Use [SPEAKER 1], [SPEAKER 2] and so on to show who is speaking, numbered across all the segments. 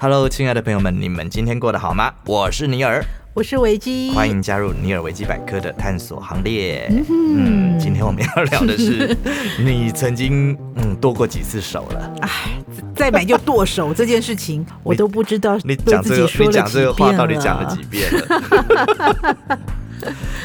[SPEAKER 1] Hello，亲爱的朋友们，你们今天过得好吗？我是尼尔，
[SPEAKER 2] 我是维基，
[SPEAKER 1] 欢迎加入尼尔维基百科的探索行列。
[SPEAKER 2] 哼
[SPEAKER 1] 嗯，今天我们要聊的 是你曾经嗯剁过几次手了？
[SPEAKER 2] 再买就剁手这件事 情，我都不知道
[SPEAKER 1] 你
[SPEAKER 2] 对
[SPEAKER 1] 讲
[SPEAKER 2] 自
[SPEAKER 1] 这
[SPEAKER 2] 己
[SPEAKER 1] 个，
[SPEAKER 2] 说
[SPEAKER 1] 你
[SPEAKER 2] 了
[SPEAKER 1] 讲
[SPEAKER 2] 几
[SPEAKER 1] 这个
[SPEAKER 2] 遍了。
[SPEAKER 1] 话到底讲了几遍了？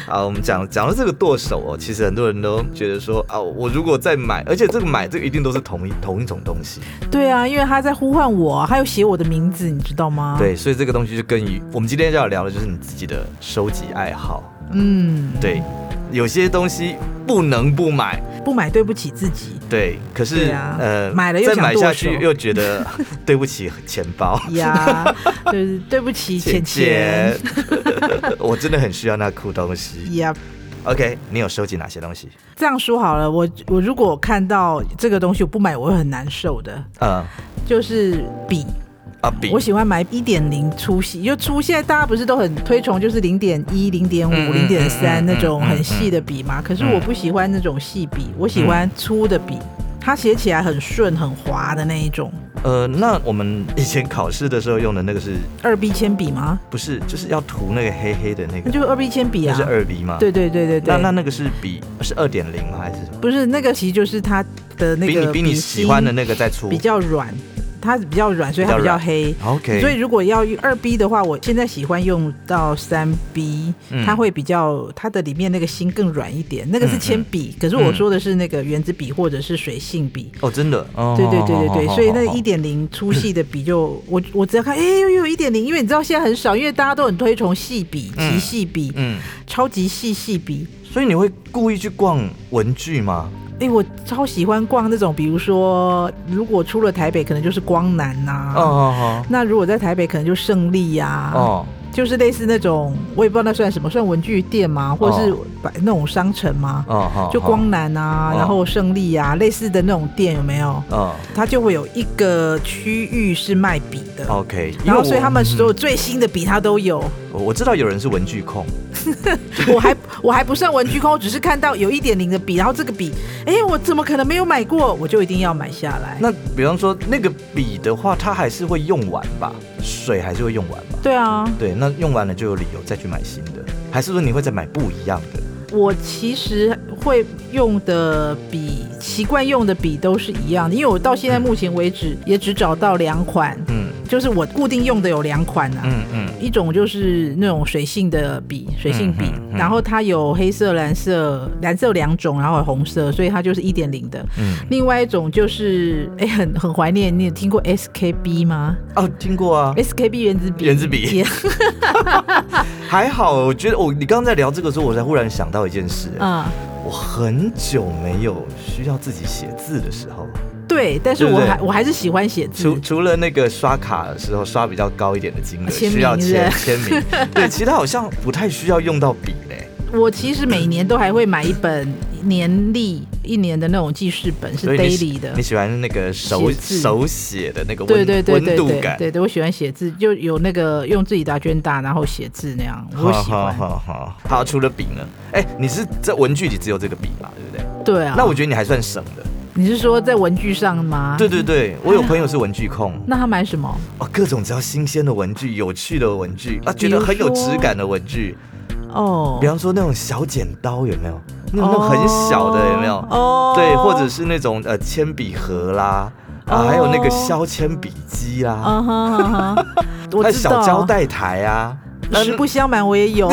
[SPEAKER 1] 啊，我们讲讲到这个剁手哦，其实很多人都觉得说啊，我如果再买，而且这个买这个一定都是同一同一种东西，
[SPEAKER 2] 对啊，因为他在呼唤我，他又写我的名字，你知道吗？，
[SPEAKER 1] 对，所以这个东西就跟于我们今天要聊的就是你自己的收集爱好，
[SPEAKER 2] 嗯，
[SPEAKER 1] 对，有些东西不能不买，
[SPEAKER 2] 不买对不起自己。
[SPEAKER 1] 对，可是、
[SPEAKER 2] 对啊
[SPEAKER 1] 呃，
[SPEAKER 2] 买了又
[SPEAKER 1] 再
[SPEAKER 2] 想
[SPEAKER 1] 买
[SPEAKER 2] 剁
[SPEAKER 1] 下
[SPEAKER 2] 手
[SPEAKER 1] 去又觉得 对不起钱包。
[SPEAKER 2] 呀，对对 不起，
[SPEAKER 1] 钱
[SPEAKER 2] 浅浅。，
[SPEAKER 1] 我真的很需要那酷东西。
[SPEAKER 2] 呀，
[SPEAKER 1] OK，你有收集哪些东西？
[SPEAKER 2] 这样说好了，我我如果看到这个东西我不买，我会很难受的。
[SPEAKER 1] 嗯，
[SPEAKER 2] 就是笔，
[SPEAKER 1] 啊笔
[SPEAKER 2] 我，喜欢买一点零粗细，就粗现在大家不是都很推崇就是零点一、零点
[SPEAKER 1] 嗯
[SPEAKER 2] 五、
[SPEAKER 1] 嗯
[SPEAKER 2] 零点三
[SPEAKER 1] 嗯嗯
[SPEAKER 2] 那种
[SPEAKER 1] 嗯
[SPEAKER 2] 很细的笔嘛。可是我不喜欢那种细笔，我喜欢粗的笔，
[SPEAKER 1] 嗯
[SPEAKER 2] 它写起来很顺、很滑的那一种。
[SPEAKER 1] 呃，那我们以前考试的时候用的那个是
[SPEAKER 2] 二 B 铅笔吗？
[SPEAKER 1] 不是就是要涂那个黑黑的那
[SPEAKER 2] 那
[SPEAKER 1] 个？
[SPEAKER 2] 就是二 B 铅笔
[SPEAKER 1] 那
[SPEAKER 2] 啊
[SPEAKER 1] 是。二 B 吗？
[SPEAKER 2] 对对对对
[SPEAKER 1] 那那
[SPEAKER 2] 对，
[SPEAKER 1] 那个是比是二点零吗？还是什么？
[SPEAKER 2] 不是那个，其实就是它的那
[SPEAKER 1] 比
[SPEAKER 2] 个
[SPEAKER 1] 你比你
[SPEAKER 2] 芯
[SPEAKER 1] 喜欢的那个再粗
[SPEAKER 2] 比。较软，它比较软，所以它
[SPEAKER 1] 比
[SPEAKER 2] 比
[SPEAKER 1] 较
[SPEAKER 2] 较
[SPEAKER 1] 软
[SPEAKER 2] 黑。
[SPEAKER 1] OK，
[SPEAKER 2] 所以如果要用二 B 的话，我现在喜欢用到三 B，、
[SPEAKER 1] 嗯
[SPEAKER 2] 它会比较它的里面那个芯更软一点，那个
[SPEAKER 1] 嗯
[SPEAKER 2] 是
[SPEAKER 1] 嗯
[SPEAKER 2] 铅笔，可是我说的是那个原子笔或者是水性笔。
[SPEAKER 1] 哦，真的，哦
[SPEAKER 2] 对对对对对，所以那一
[SPEAKER 1] 点
[SPEAKER 2] 点零粗细的笔就我我只要看，哎、又有一点零，因为你知道现在很少，因为大家都很推崇细笔、
[SPEAKER 1] 嗯
[SPEAKER 2] 极细笔、
[SPEAKER 1] 嗯，
[SPEAKER 2] 超级细细笔。
[SPEAKER 1] 所以你会故意去逛文具吗？
[SPEAKER 2] 哎、我超喜欢逛那种，比如说如果出了台北，可能就是光南呐、
[SPEAKER 1] 哦哦
[SPEAKER 2] 那如果在台北，可能就胜利啊呀、
[SPEAKER 1] 哦哦，
[SPEAKER 2] 就是类似那种，我也不知道那算什么，算文具店吗？或者是摆那种商城吗？
[SPEAKER 1] 哦哦，
[SPEAKER 2] 就光南啊，
[SPEAKER 1] 哦
[SPEAKER 2] 然后胜利啊，类似的那种店有没有？
[SPEAKER 1] 哦
[SPEAKER 2] 它就会有一个区域是卖笔的，
[SPEAKER 1] ，OK，因为哦
[SPEAKER 2] 然后
[SPEAKER 1] 我嗯
[SPEAKER 2] 所以他们所有最新的笔它都 有。
[SPEAKER 1] 我我知道有人是文具控，
[SPEAKER 2] 我还我还不算文具控，我只是看到有一点零的笔，然后这个笔，哎，我怎么可能没有买过？我就一定要买下来。
[SPEAKER 1] 那比方说那个笔的话，它还是会用完吧，水还是会用完吧。
[SPEAKER 2] 对啊，
[SPEAKER 1] 对，那用完了就有理由再去买新的，还是说你会再买不一样的？
[SPEAKER 2] 我其实会用的笔，习惯用的笔都是一样的，因为我到现在目前为止也只找到两款，
[SPEAKER 1] 嗯
[SPEAKER 2] 就是我固定用的有两款啊。
[SPEAKER 1] 嗯嗯，
[SPEAKER 2] 一种就是那种水性的笔，水性笔，
[SPEAKER 1] 嗯嗯嗯
[SPEAKER 2] 然后它有黑色、蓝色，蓝色有两种，然后有红色，所以它就是一点零的。
[SPEAKER 1] 嗯
[SPEAKER 2] 另外一种就是，哎，很很怀念，你有听过 SKB 吗
[SPEAKER 1] 哦，听过啊，
[SPEAKER 2] ？SKB 原子笔，
[SPEAKER 1] 原子笔
[SPEAKER 2] 也
[SPEAKER 1] 还好，我觉得我你刚刚在聊这个时候，我才忽然想到一件事，
[SPEAKER 2] 啊、
[SPEAKER 1] 我很久没有需要自己写字的时候，
[SPEAKER 2] 对，但是
[SPEAKER 1] 对不
[SPEAKER 2] 我
[SPEAKER 1] 对
[SPEAKER 2] 还我还是喜欢写字
[SPEAKER 1] 除。除了那个刷卡的时候刷比较高一点的金额
[SPEAKER 2] 啊签名
[SPEAKER 1] 需要签
[SPEAKER 2] 是
[SPEAKER 1] 签名， 对，其他好像不太需要用到笔嘞。
[SPEAKER 2] 我其实每年都还会买一本年历一年的那种记事本，是
[SPEAKER 1] 所以你喜
[SPEAKER 2] daily 的
[SPEAKER 1] 你。喜欢那个手
[SPEAKER 2] 写字
[SPEAKER 1] 手写的那个
[SPEAKER 2] 对
[SPEAKER 1] 温
[SPEAKER 2] 对对对
[SPEAKER 1] 温度
[SPEAKER 2] 对
[SPEAKER 1] 感，
[SPEAKER 2] 对对，我喜欢写字，就有那个用自己的卷打，然后写字那样，我喜欢。
[SPEAKER 1] 好好好，好，除了笔呢？哎、你是在文具里只有这个笔嘛，对不对？
[SPEAKER 2] 对啊，
[SPEAKER 1] 那我觉得你还算省的。
[SPEAKER 2] 你是说在文具上吗？
[SPEAKER 1] 对。对对，我有朋友是文具控，
[SPEAKER 2] 那他买什么？
[SPEAKER 1] 哦，各种只要新鲜的文具、有趣的文具啊，觉得很有质感的文具，
[SPEAKER 2] 哦
[SPEAKER 1] 比，方说那种小剪刀有没有？那种那种很小的有没有？
[SPEAKER 2] 哦，
[SPEAKER 1] 对，或者是那种呃铅笔盒啦，啊，
[SPEAKER 2] 哦
[SPEAKER 1] 还有那个削铅笔机啦，
[SPEAKER 2] 啊哈啊哈， 我
[SPEAKER 1] 还有
[SPEAKER 2] 知道。
[SPEAKER 1] 小胶，带台啊，那
[SPEAKER 2] 实不相瞒，我也有。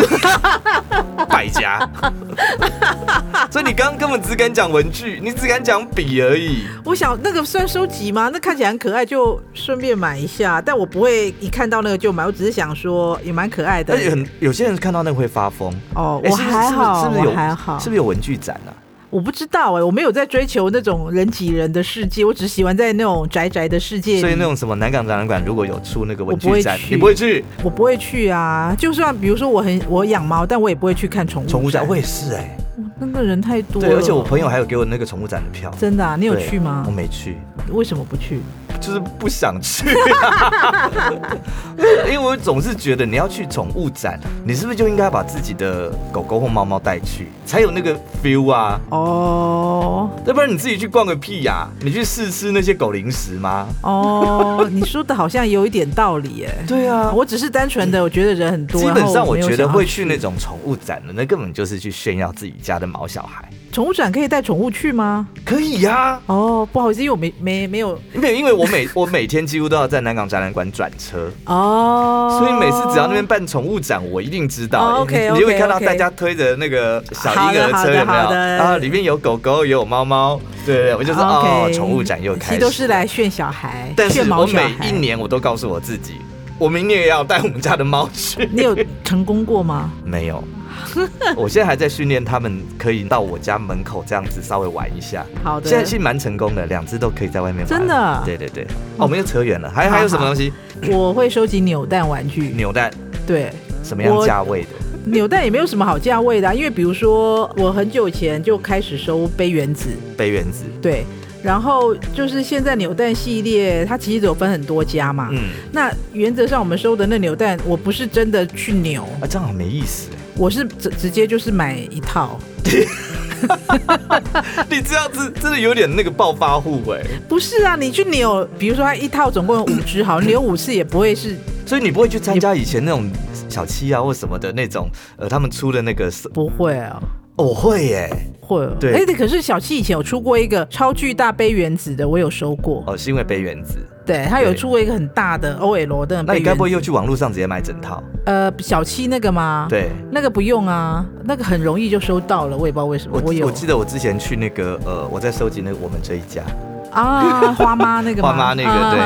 [SPEAKER 1] 百家。 所以你刚刚根本只敢讲文具，你只敢讲笔而已。
[SPEAKER 2] 我想那个算收集吗？那看起来很可爱，就顺便买一下。但我不会一看到那个就买，我只是想说也蛮可爱的
[SPEAKER 1] 而。且很有些人看到那个会发疯。
[SPEAKER 2] 哦，
[SPEAKER 1] 哎
[SPEAKER 2] 我
[SPEAKER 1] 是不是
[SPEAKER 2] 还好，
[SPEAKER 1] 是不是是不是有
[SPEAKER 2] 我还好，
[SPEAKER 1] 是不是有文具展啊？
[SPEAKER 2] 我不知道哎、我没有在追求那种人挤人的世界，我只喜欢在那种宅宅的世界里。
[SPEAKER 1] 所以那种什么南港展览馆如果有出那个文
[SPEAKER 2] 我不
[SPEAKER 1] 具
[SPEAKER 2] 会
[SPEAKER 1] 展，
[SPEAKER 2] 去
[SPEAKER 1] 你不会去？
[SPEAKER 2] 我不会去啊。就算比如说我很我养猫，但我也不会去看宠物
[SPEAKER 1] 宠物展
[SPEAKER 2] 展
[SPEAKER 1] 我也是哎、
[SPEAKER 2] 那个人太多了。
[SPEAKER 1] 对，而且我朋友还有给我那个宠物展的票。
[SPEAKER 2] 真的、啊，你有
[SPEAKER 1] 对
[SPEAKER 2] 去吗
[SPEAKER 1] 我？没去，
[SPEAKER 2] 为什么不去？
[SPEAKER 1] 就是不想 去、因为我总是觉得你要去宠物展，你是不是就应该把自己的狗狗或猫猫带去，才有那个 feel 啊？
[SPEAKER 2] 哦
[SPEAKER 1] 要不然你自己去逛个屁呀、你去试吃那些狗零食吗？
[SPEAKER 2] 哦， 你说的好像有一点道理欸耶。
[SPEAKER 1] 对啊，
[SPEAKER 2] 我只是单纯的，我觉得人很多。
[SPEAKER 1] 基
[SPEAKER 2] 然
[SPEAKER 1] 本
[SPEAKER 2] 后
[SPEAKER 1] 上我
[SPEAKER 2] 没有
[SPEAKER 1] 觉得
[SPEAKER 2] 想要
[SPEAKER 1] 会去那种宠物展的，那根本就是去炫耀自己家的毛小孩。
[SPEAKER 2] 宠物展可以带宠物去吗？
[SPEAKER 1] 可以啊呀、
[SPEAKER 2] 哦，不好意思，因为我没没没有
[SPEAKER 1] 没有，因为我每我每天几乎都要在南港展览馆转车，
[SPEAKER 2] 哦，
[SPEAKER 1] 所以每次只要那边办宠物展，我一定知道。
[SPEAKER 2] 哦，OK，
[SPEAKER 1] 你你就会
[SPEAKER 2] OK，
[SPEAKER 1] 看到
[SPEAKER 2] OK
[SPEAKER 1] 大家推着那个小
[SPEAKER 2] 好
[SPEAKER 1] 婴
[SPEAKER 2] 的
[SPEAKER 1] 儿
[SPEAKER 2] 好
[SPEAKER 1] 车，
[SPEAKER 2] 的
[SPEAKER 1] 有没
[SPEAKER 2] 好
[SPEAKER 1] 有？
[SPEAKER 2] 的
[SPEAKER 1] 然后里面有狗狗，也有猫猫，对对对，我就说
[SPEAKER 2] OK
[SPEAKER 1] 哦，宠物展又
[SPEAKER 2] 其
[SPEAKER 1] 开
[SPEAKER 2] 实
[SPEAKER 1] 始。
[SPEAKER 2] 都是来炫小孩，
[SPEAKER 1] 但是
[SPEAKER 2] 炫
[SPEAKER 1] 我
[SPEAKER 2] 毛小
[SPEAKER 1] 每
[SPEAKER 2] 孩
[SPEAKER 1] 一。年我都告诉我自己，我明年也要带我们家的猫去。
[SPEAKER 2] 你有成功 过吗？
[SPEAKER 1] 没 有，我现在还在训练它们，可以到我家门口这样子稍微玩一下。
[SPEAKER 2] 好的，
[SPEAKER 1] 现在其实蛮成功的，两只都可以在外面玩。
[SPEAKER 2] 真的
[SPEAKER 1] 对对对。哦，我们又扯远了，还还有什么东西？
[SPEAKER 2] 我会收集扭蛋玩具，
[SPEAKER 1] 扭蛋
[SPEAKER 2] 对，
[SPEAKER 1] 什么样
[SPEAKER 2] 我
[SPEAKER 1] 价位的？
[SPEAKER 2] 扭蛋也没有什么好价位的啊、因为比如说我很久以前就开始收杯原子，
[SPEAKER 1] 杯原子。
[SPEAKER 2] 对，然后就是现在扭蛋系列，它其实有分很多家嘛。
[SPEAKER 1] 嗯，
[SPEAKER 2] 那原则上我们收的那扭蛋，我不是真的去扭，
[SPEAKER 1] 啊，这样好没意思。
[SPEAKER 2] 我是直直接就是买一套，
[SPEAKER 1] 你这样子真的有点那个暴发户哎，
[SPEAKER 2] 不是啊，你去扭，比如说它一套总共有五只，好，你扭五次也不会是
[SPEAKER 1] 所以你不会去参加以前那种小七啊或什么的那种，呃，他们出的那个是，
[SPEAKER 2] 不会啊。
[SPEAKER 1] 哦我会耶，
[SPEAKER 2] 会哦，
[SPEAKER 1] 对
[SPEAKER 2] 哎、可是小七以前有出过一个超巨大杯原子的，我有收过，
[SPEAKER 1] 哦，是因为杯原子。
[SPEAKER 2] 对，他有
[SPEAKER 1] 对
[SPEAKER 2] 出过一个很大的 OL 的
[SPEAKER 1] 那
[SPEAKER 2] 杯
[SPEAKER 1] 你该
[SPEAKER 2] 原
[SPEAKER 1] 不会
[SPEAKER 2] 子，
[SPEAKER 1] 又去网络上直接买整套？
[SPEAKER 2] 呃，小七那个吗？，
[SPEAKER 1] 对，
[SPEAKER 2] 那个不用啊，那个很容易就收到了，我也不知道为什么，
[SPEAKER 1] 我
[SPEAKER 2] 我有
[SPEAKER 1] 我记得我之前去那个呃，我在收集那个我们这一家
[SPEAKER 2] 啊，花妈那个吗， 啊
[SPEAKER 1] 花妈那个啊对，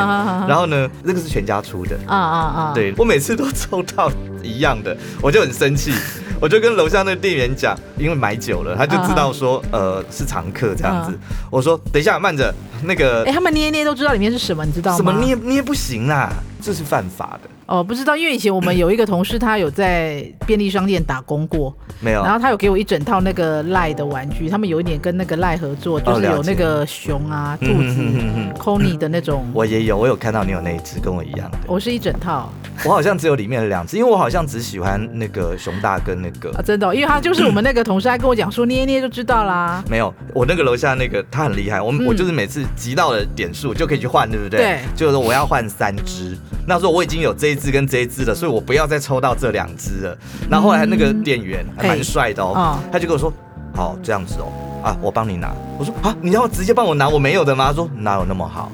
[SPEAKER 1] 然
[SPEAKER 2] 后
[SPEAKER 1] 后呢，那个是全家出的，
[SPEAKER 2] 啊啊啊，，
[SPEAKER 1] 对我每次都抽到一样的，我就很生 气，我就跟楼下那店员讲，因为买久了，他就知道说、
[SPEAKER 2] 嗯
[SPEAKER 1] 呃是常客这样子。我说等一下慢着，那个
[SPEAKER 2] 哎、啊他们捏一捏都知道里面是什么，你知道吗？
[SPEAKER 1] 什么捏捏不行啦，这是犯法的，
[SPEAKER 2] 哦，不知道，因为以前我们有一个同事，他有在便利商店打工过，
[SPEAKER 1] 没有
[SPEAKER 2] 然。后他有给我一整套那个赖的玩具，他们有一点跟那个赖合作，就
[SPEAKER 1] 哦
[SPEAKER 2] 是
[SPEAKER 1] 了
[SPEAKER 2] 有
[SPEAKER 1] 解
[SPEAKER 2] 那个熊啊、兔
[SPEAKER 1] 嗯
[SPEAKER 2] 子
[SPEAKER 1] 嗯嗯嗯、
[SPEAKER 2] Coney 的那种。
[SPEAKER 1] 我也有，我有看到你有那一只跟我一样的，
[SPEAKER 2] 我是一整套
[SPEAKER 1] 我好像只有里面的两只，因为我好像只喜欢那个熊大跟那个
[SPEAKER 2] 啊，真的哦、因为他就是我们那个同事，他跟我讲说捏一捏就知道啦。
[SPEAKER 1] 没有，我那个楼下那个他很厉害，我、
[SPEAKER 2] 嗯
[SPEAKER 1] 我就是每次集到了点数就可以去换，对不对？
[SPEAKER 2] 对
[SPEAKER 1] 就是说我要换三只，那时候我已经有这一只跟这一只了，所以我不要再抽到这两只了。
[SPEAKER 2] 嗯
[SPEAKER 1] 然后后来那个店员还蛮帅的哦，
[SPEAKER 2] 嘿
[SPEAKER 1] 他就跟我说，好这样子哦，啊我帮你拿，我说啊你要直接帮我拿我没有的吗？他说哪有那么 好，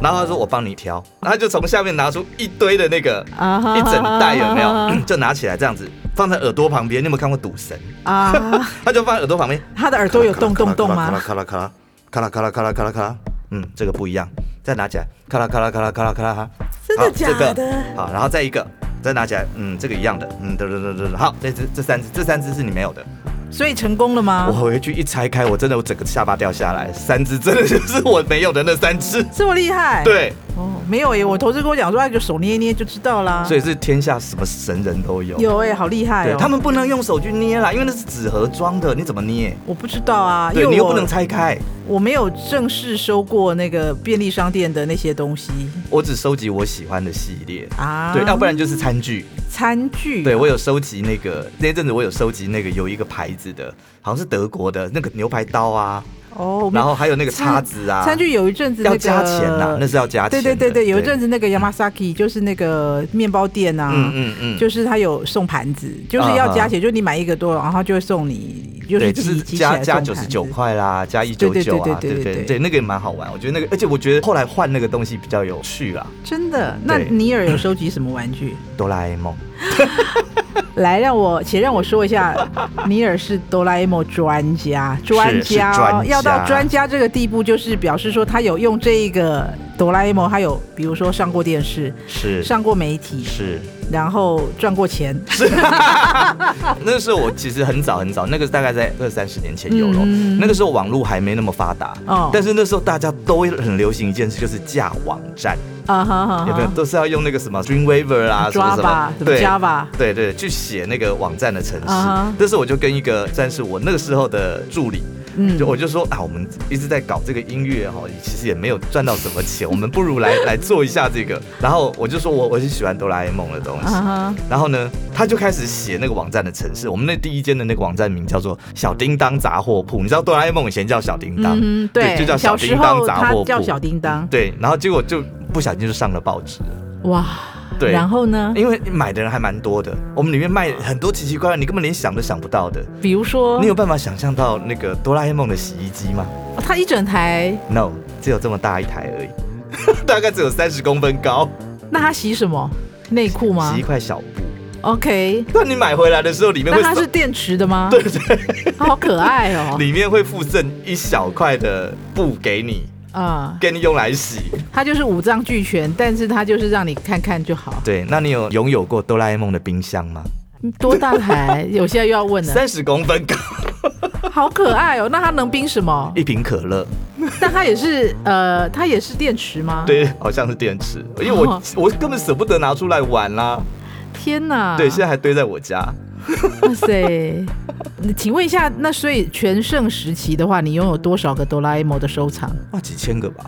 [SPEAKER 1] 然后他说我帮你挑，然后他就从下面拿出一堆的那个。
[SPEAKER 2] 啊哈
[SPEAKER 1] 一整袋有没有？就拿起来这样子放在耳朵旁边，你有没有看过赌神？
[SPEAKER 2] 啊？
[SPEAKER 1] 他就放在耳朵旁边，
[SPEAKER 2] 他的耳朵有洞洞洞吗？
[SPEAKER 1] 咔啦咔啦咔啦咔啦咔啦咔啦咔啦咔啦，嗯，这个不一样，再拿起来，咔啦咔啦咔啦咔啦咔啦哈，
[SPEAKER 2] 真的假
[SPEAKER 1] 好这
[SPEAKER 2] 的？
[SPEAKER 1] 个好，然后再一个，再拿起来，嗯，这个一样的，嗯，得得得得得，好，这只这三只，这三只是你没有的，
[SPEAKER 2] 所以成功了吗
[SPEAKER 1] 我？回去一拆开，我真的我整个下巴掉下来，三只真的就是我没有的那三 只，
[SPEAKER 2] 这么厉害？，
[SPEAKER 1] 对，
[SPEAKER 2] 哦，没有耶，我同事跟我讲说，他就手捏一捏就知道啦。
[SPEAKER 1] 所以是天下什么神人都有，
[SPEAKER 2] 啊有哎，好厉害
[SPEAKER 1] 对
[SPEAKER 2] 哦！
[SPEAKER 1] 他们不能用手去捏啦，因为那是纸盒装的，你怎么捏？
[SPEAKER 2] 我不知道啊，因
[SPEAKER 1] 对
[SPEAKER 2] 为
[SPEAKER 1] 你又
[SPEAKER 2] 我
[SPEAKER 1] 不能拆开，
[SPEAKER 2] 我没有正式收过那个便利商店的那些东西
[SPEAKER 1] 我只收集我喜欢的系列，
[SPEAKER 2] 啊。
[SPEAKER 1] 对，要不然就是餐具。
[SPEAKER 2] 餐具，
[SPEAKER 1] 对，我有收集那个那一阵子，我有收集那个有一个牌子的，好像是德国的那个牛排刀啊，
[SPEAKER 2] 哦，我们
[SPEAKER 1] 然后还有那个叉子啊，
[SPEAKER 2] 餐具有一阵子那
[SPEAKER 1] 要
[SPEAKER 2] 个
[SPEAKER 1] 加钱呐、那是要加钱
[SPEAKER 2] 对
[SPEAKER 1] 的。
[SPEAKER 2] 对对对，有一阵子那个 Yamasaki 就是那个面包店啊，
[SPEAKER 1] 嗯嗯嗯，啊
[SPEAKER 2] 就是他有送盘子，就是要加钱，就你买一个多，然后他就会送你，就
[SPEAKER 1] 对，
[SPEAKER 2] 是
[SPEAKER 1] 就
[SPEAKER 2] 集
[SPEAKER 1] 是
[SPEAKER 2] 集起
[SPEAKER 1] 加
[SPEAKER 2] 来送
[SPEAKER 1] 加
[SPEAKER 2] 盘
[SPEAKER 1] 九十
[SPEAKER 2] 子
[SPEAKER 1] 九。块啦，加一
[SPEAKER 2] 对
[SPEAKER 1] 九
[SPEAKER 2] 对
[SPEAKER 1] 九啊，对
[SPEAKER 2] 对对对对
[SPEAKER 1] 对对，那个也蛮好玩，我觉得那个，而且我觉得后来换那个东西比较有趣啊，
[SPEAKER 2] 真的？那
[SPEAKER 1] 对
[SPEAKER 2] 尼尔有收集什么玩具？
[SPEAKER 1] 哆啦 A 梦，
[SPEAKER 2] 来，让我且让我说 一下，尼尔是哆啦 A 梦专家，专家,、
[SPEAKER 1] 是专家
[SPEAKER 2] 要到专家这个地步，就是表示说他有用这一个哆啦 A 梦，他有比如说上过电视，
[SPEAKER 1] 是
[SPEAKER 2] 上过媒体，
[SPEAKER 1] 是。
[SPEAKER 2] 然后赚过钱。
[SPEAKER 1] 那时候我其实很早很早，那个大概在二三十年前有了。
[SPEAKER 2] 嗯
[SPEAKER 1] 那个时候网络还没那么发达，
[SPEAKER 2] 哦
[SPEAKER 1] 但是那时候大家都会很流行一件事，就是架网站，
[SPEAKER 2] 啊哈哈
[SPEAKER 1] 有没有？
[SPEAKER 2] 哈
[SPEAKER 1] 都是要用那个什么 Dreamweaver 啊，什么什
[SPEAKER 2] ，Java
[SPEAKER 1] 么，
[SPEAKER 2] 什么 Java，
[SPEAKER 1] 对对，去写那个网站的程式。
[SPEAKER 2] 啊哈
[SPEAKER 1] 那时候我就跟一个算是我那个时候的助理，
[SPEAKER 2] 嗯
[SPEAKER 1] 就我就说啊，我们一直在搞这个音乐哈，其实也没有赚到什么钱，我们不如来来做一下这个。然后我就说我我是喜欢哆啦 A 梦的东西。
[SPEAKER 2] 啊哈，
[SPEAKER 1] 然后呢，他就开始写那个网站的城市。我们那第一间的那个网站名叫做“小叮当杂货铺”，你知道哆啦 A 梦以前叫小叮当，
[SPEAKER 2] 嗯哼，
[SPEAKER 1] 对
[SPEAKER 2] 对，
[SPEAKER 1] 就叫小
[SPEAKER 2] 小
[SPEAKER 1] 叮
[SPEAKER 2] 时
[SPEAKER 1] 当
[SPEAKER 2] 候
[SPEAKER 1] 杂
[SPEAKER 2] 他
[SPEAKER 1] 货
[SPEAKER 2] 叫
[SPEAKER 1] 铺
[SPEAKER 2] 小叮当，
[SPEAKER 1] 对，然后结果就不小心就上了报纸了。
[SPEAKER 2] 哇，
[SPEAKER 1] 对哎
[SPEAKER 2] 然后呢？
[SPEAKER 1] 因为买的人还蛮多的，我们里面卖很多奇奇怪怪，你根本连想都想不到的。
[SPEAKER 2] 比如说
[SPEAKER 1] 你，有办法想象到那个哆啦 A 梦的洗衣机吗
[SPEAKER 2] 他一整台，
[SPEAKER 1] ？No，只有这么大一台而已， 大概只有三十公分高，
[SPEAKER 2] 那他洗什么？内裤吗
[SPEAKER 1] 洗一块小布。
[SPEAKER 2] ？OK，
[SPEAKER 1] 那你买回来的时候，里面
[SPEAKER 2] 那
[SPEAKER 1] 会
[SPEAKER 2] 它
[SPEAKER 1] 送
[SPEAKER 2] 是电池的吗？
[SPEAKER 1] 对对，
[SPEAKER 2] 它 好可爱哦。
[SPEAKER 1] 里面会附赠一小块的布给你，
[SPEAKER 2] 啊、
[SPEAKER 1] 给你用来洗。
[SPEAKER 2] 它就是五脏俱全，但是它就是让你看看就好。嗯
[SPEAKER 1] 对，那你有拥有过哆啦 A 梦的冰箱吗？
[SPEAKER 2] 多大台？有些又要问了，
[SPEAKER 1] 三十公分高，
[SPEAKER 2] 好可爱哦。那它能冰什么？
[SPEAKER 1] 一瓶可乐，
[SPEAKER 2] 但它也是呃，它也是电池吗？，
[SPEAKER 1] 对，好像是电池，因为我、
[SPEAKER 2] 哦
[SPEAKER 1] 我根本舍不得拿出来玩啦。
[SPEAKER 2] 天哪！
[SPEAKER 1] 对，现在还堆在我家。
[SPEAKER 2] 哇塞，你请问一下，那所以全盛时期的话，你拥有多少个哆啦 A 梦的收藏？
[SPEAKER 1] 哇，几千个吧。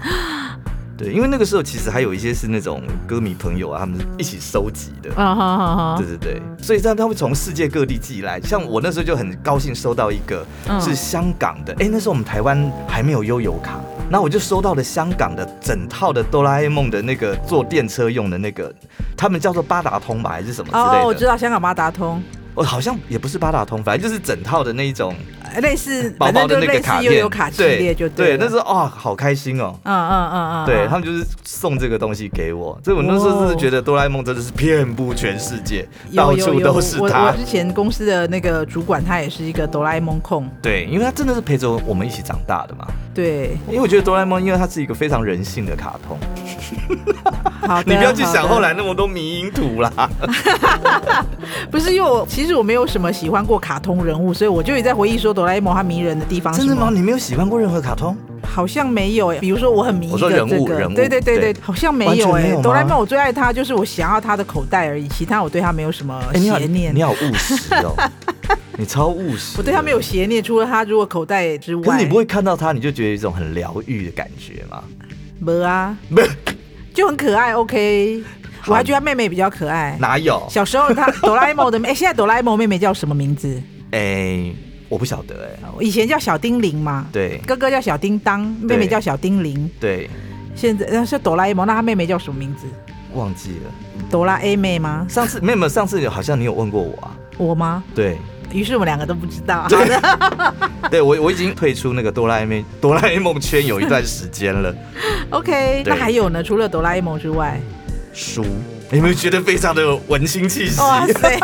[SPEAKER 1] 对，因为那个时候其实还有一些是那种歌迷朋友啊，他们一起收集的。
[SPEAKER 2] 啊哈哈哈
[SPEAKER 1] 对！对对，所以这样他会从世界各地寄来。像我那时候就很高兴收到一个
[SPEAKER 2] 嗯
[SPEAKER 1] 是香港的，哎、那时候我们台湾还没有悠游卡，那我就收到了香港的整套的哆啦 A 梦的那个坐电车用的那个，他们叫做八达通吧还是什么之
[SPEAKER 2] 哦，我
[SPEAKER 1] 类
[SPEAKER 2] 知
[SPEAKER 1] 的，
[SPEAKER 2] 道香港八达通，
[SPEAKER 1] 哦好像也不是八达通，反正就是整套的那一种
[SPEAKER 2] 呃类似，
[SPEAKER 1] 薄
[SPEAKER 2] 反
[SPEAKER 1] 薄
[SPEAKER 2] 正
[SPEAKER 1] 的
[SPEAKER 2] 就
[SPEAKER 1] 那个
[SPEAKER 2] 类似
[SPEAKER 1] 卡
[SPEAKER 2] 又
[SPEAKER 1] 片
[SPEAKER 2] 有，卡系列就
[SPEAKER 1] 对，
[SPEAKER 2] 了
[SPEAKER 1] 那时候哦，好开心哦。
[SPEAKER 2] 嗯嗯嗯嗯，
[SPEAKER 1] 对
[SPEAKER 2] 嗯
[SPEAKER 1] 他们就是送这个东西给我，所以我那时候真是觉得哆啦 A 梦真的是遍布全世界，到
[SPEAKER 2] 哦有有
[SPEAKER 1] 处
[SPEAKER 2] 有，
[SPEAKER 1] 都是
[SPEAKER 2] 我我
[SPEAKER 1] 它。
[SPEAKER 2] 之前公司的那个主管，他也是一个哆啦 A 梦控，
[SPEAKER 1] 对，因为它真的是陪着我们一起长大的嘛。
[SPEAKER 2] 对，
[SPEAKER 1] 因为我觉得哆啦 A 梦，因为它是一个非常人性的卡通，
[SPEAKER 2] 好 的，
[SPEAKER 1] 你不要去
[SPEAKER 2] 好的
[SPEAKER 1] 想后，来那么多迷因图啦。
[SPEAKER 2] 不是因为我其实我没有什么喜欢过卡通人物，所以我就也在回忆说哆啦 A 梦它迷人的地方是
[SPEAKER 1] 真
[SPEAKER 2] 什
[SPEAKER 1] 的
[SPEAKER 2] 么
[SPEAKER 1] 吗？？你没有喜欢过任何卡通？
[SPEAKER 2] 好像没有欸诶，比如说我很迷
[SPEAKER 1] 我
[SPEAKER 2] 一
[SPEAKER 1] 说
[SPEAKER 2] 个
[SPEAKER 1] 人
[SPEAKER 2] 这
[SPEAKER 1] 物
[SPEAKER 2] 个
[SPEAKER 1] 人物，
[SPEAKER 2] 对对对对，
[SPEAKER 1] 对
[SPEAKER 2] 好像没
[SPEAKER 1] 完全
[SPEAKER 2] 有
[SPEAKER 1] 没
[SPEAKER 2] 诶，
[SPEAKER 1] 有吗
[SPEAKER 2] 哆啦 A 梦我最爱它就是我想要它的口袋而已，其他我对它没有什么
[SPEAKER 1] 哎你好，
[SPEAKER 2] 邪念
[SPEAKER 1] 你。好务实哦， 你超务实。
[SPEAKER 2] 我对它没有。邪念，除了它如果口袋之外，
[SPEAKER 1] 可是你不会看到它，你就觉得有一种很疗愈的感觉吗？
[SPEAKER 2] 没啊，
[SPEAKER 1] 不，
[SPEAKER 2] 就很可爱。OK，
[SPEAKER 1] 好
[SPEAKER 2] 我还觉得它妹妹比较可爱。
[SPEAKER 1] 哪有？
[SPEAKER 2] 小时候她哆啦 A 梦的妹，哎，现在哆啦 A 梦妹妹叫什么名字？
[SPEAKER 1] 哎，我不晓得哎。
[SPEAKER 2] 以前叫小叮铃嘛，
[SPEAKER 1] 对
[SPEAKER 2] 哥哥叫小叮当，妹妹叫小叮铃。
[SPEAKER 1] 对，
[SPEAKER 2] 现在那是哆啦 A 梦，那他妹妹叫什么名字？
[SPEAKER 1] 忘记了。
[SPEAKER 2] 哆啦 A 妹吗？
[SPEAKER 1] 上次没有没有，上次好像你有问过我啊。
[SPEAKER 2] 我吗？
[SPEAKER 1] 对，
[SPEAKER 2] 于是我们两个都不知道。
[SPEAKER 1] 对 我我已经退出那个哆啦 A 梦哆啦 A 梦圈有一段时间了。
[SPEAKER 2] OK，
[SPEAKER 1] 对
[SPEAKER 2] 那还有呢？除了哆啦 A 梦之 外，
[SPEAKER 1] 书，你有没有觉得非常的有文青气息？
[SPEAKER 2] 哇塞、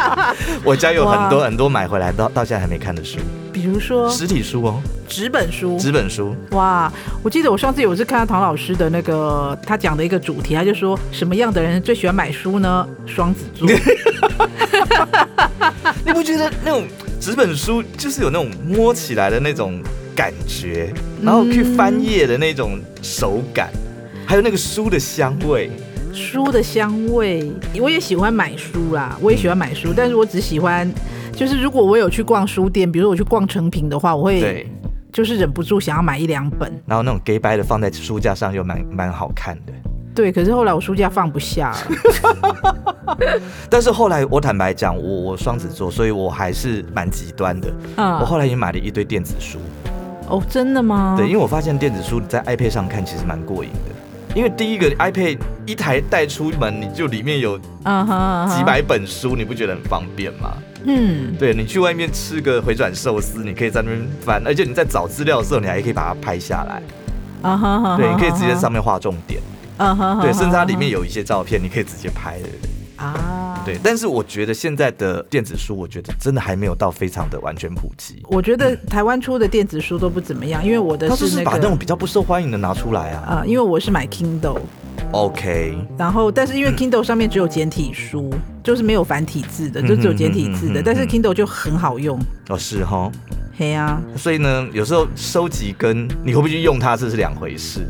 [SPEAKER 1] 我家有很多
[SPEAKER 2] 哇
[SPEAKER 1] 很多买回来到到现在还没看的书，
[SPEAKER 2] 比如说
[SPEAKER 1] 实体书哦，
[SPEAKER 2] 纸本书，
[SPEAKER 1] 纸本书。
[SPEAKER 2] 哇！我记得我上次有一次看到唐老师的那个他讲的一个主题，他就说什么样的人最喜欢买书呢？双子座。
[SPEAKER 1] 你不觉得那种纸本书就是有那种摸起来的那种感觉，
[SPEAKER 2] 嗯
[SPEAKER 1] 然后去翻页的那种手感，还有那个书的香味。
[SPEAKER 2] 书的香味，我也喜欢买书啦，我也喜欢买书，但是我只喜欢，就是如果我有去逛书店，比如我去逛成品的话，我会
[SPEAKER 1] 对，
[SPEAKER 2] 就是忍不住想要买一两本，
[SPEAKER 1] 然后那种 gay 白的放在书架上又蛮蛮好看的。
[SPEAKER 2] 对，可是后来我书架放不下了，
[SPEAKER 1] 但是后来我坦白讲，我我双子座，所以我还是蛮极端的。
[SPEAKER 2] 啊
[SPEAKER 1] 我后来也买了一堆电子书，
[SPEAKER 2] 哦，真的吗？
[SPEAKER 1] 对，因为我发现电子书你在 iPad 上看其实蛮过瘾的，因为第一个 iPad 一台带出门，你就里面有几
[SPEAKER 2] 啊哈啊哈
[SPEAKER 1] 百本书，你不觉得很方便吗？
[SPEAKER 2] 嗯，
[SPEAKER 1] 对你去外面吃个回转寿司，你可以在那边翻，而且你在找资料的时候，你还可以把它拍下来，
[SPEAKER 2] 啊哈哈，
[SPEAKER 1] 对，你可以直接在上面画重点，
[SPEAKER 2] 啊哈，
[SPEAKER 1] 对，甚至它里面有一些照片，你可以直接拍的。
[SPEAKER 2] 啊，
[SPEAKER 1] 对，但是我觉得现在的电子书，我觉得真的还没有到非常的完全普及。
[SPEAKER 2] 我觉得台湾出的电子书都不怎么样，因为我的
[SPEAKER 1] 他就是是
[SPEAKER 2] 那
[SPEAKER 1] 把那种
[SPEAKER 2] 个
[SPEAKER 1] 比较不受欢迎的拿出来啊。
[SPEAKER 2] 啊、因为我是买 Kindle，
[SPEAKER 1] OK，
[SPEAKER 2] 然后 但是因为 Kindle 上面只有简体书，就是没有繁体字的，
[SPEAKER 1] 嗯
[SPEAKER 2] 就只有简体字
[SPEAKER 1] 嗯嗯嗯
[SPEAKER 2] 的，
[SPEAKER 1] 嗯
[SPEAKER 2] 但是 Kindle 就很好用。
[SPEAKER 1] 哦是哈，
[SPEAKER 2] 嘿呀、
[SPEAKER 1] 所以呢，有时候收集跟你会不会去用它，这是两回事。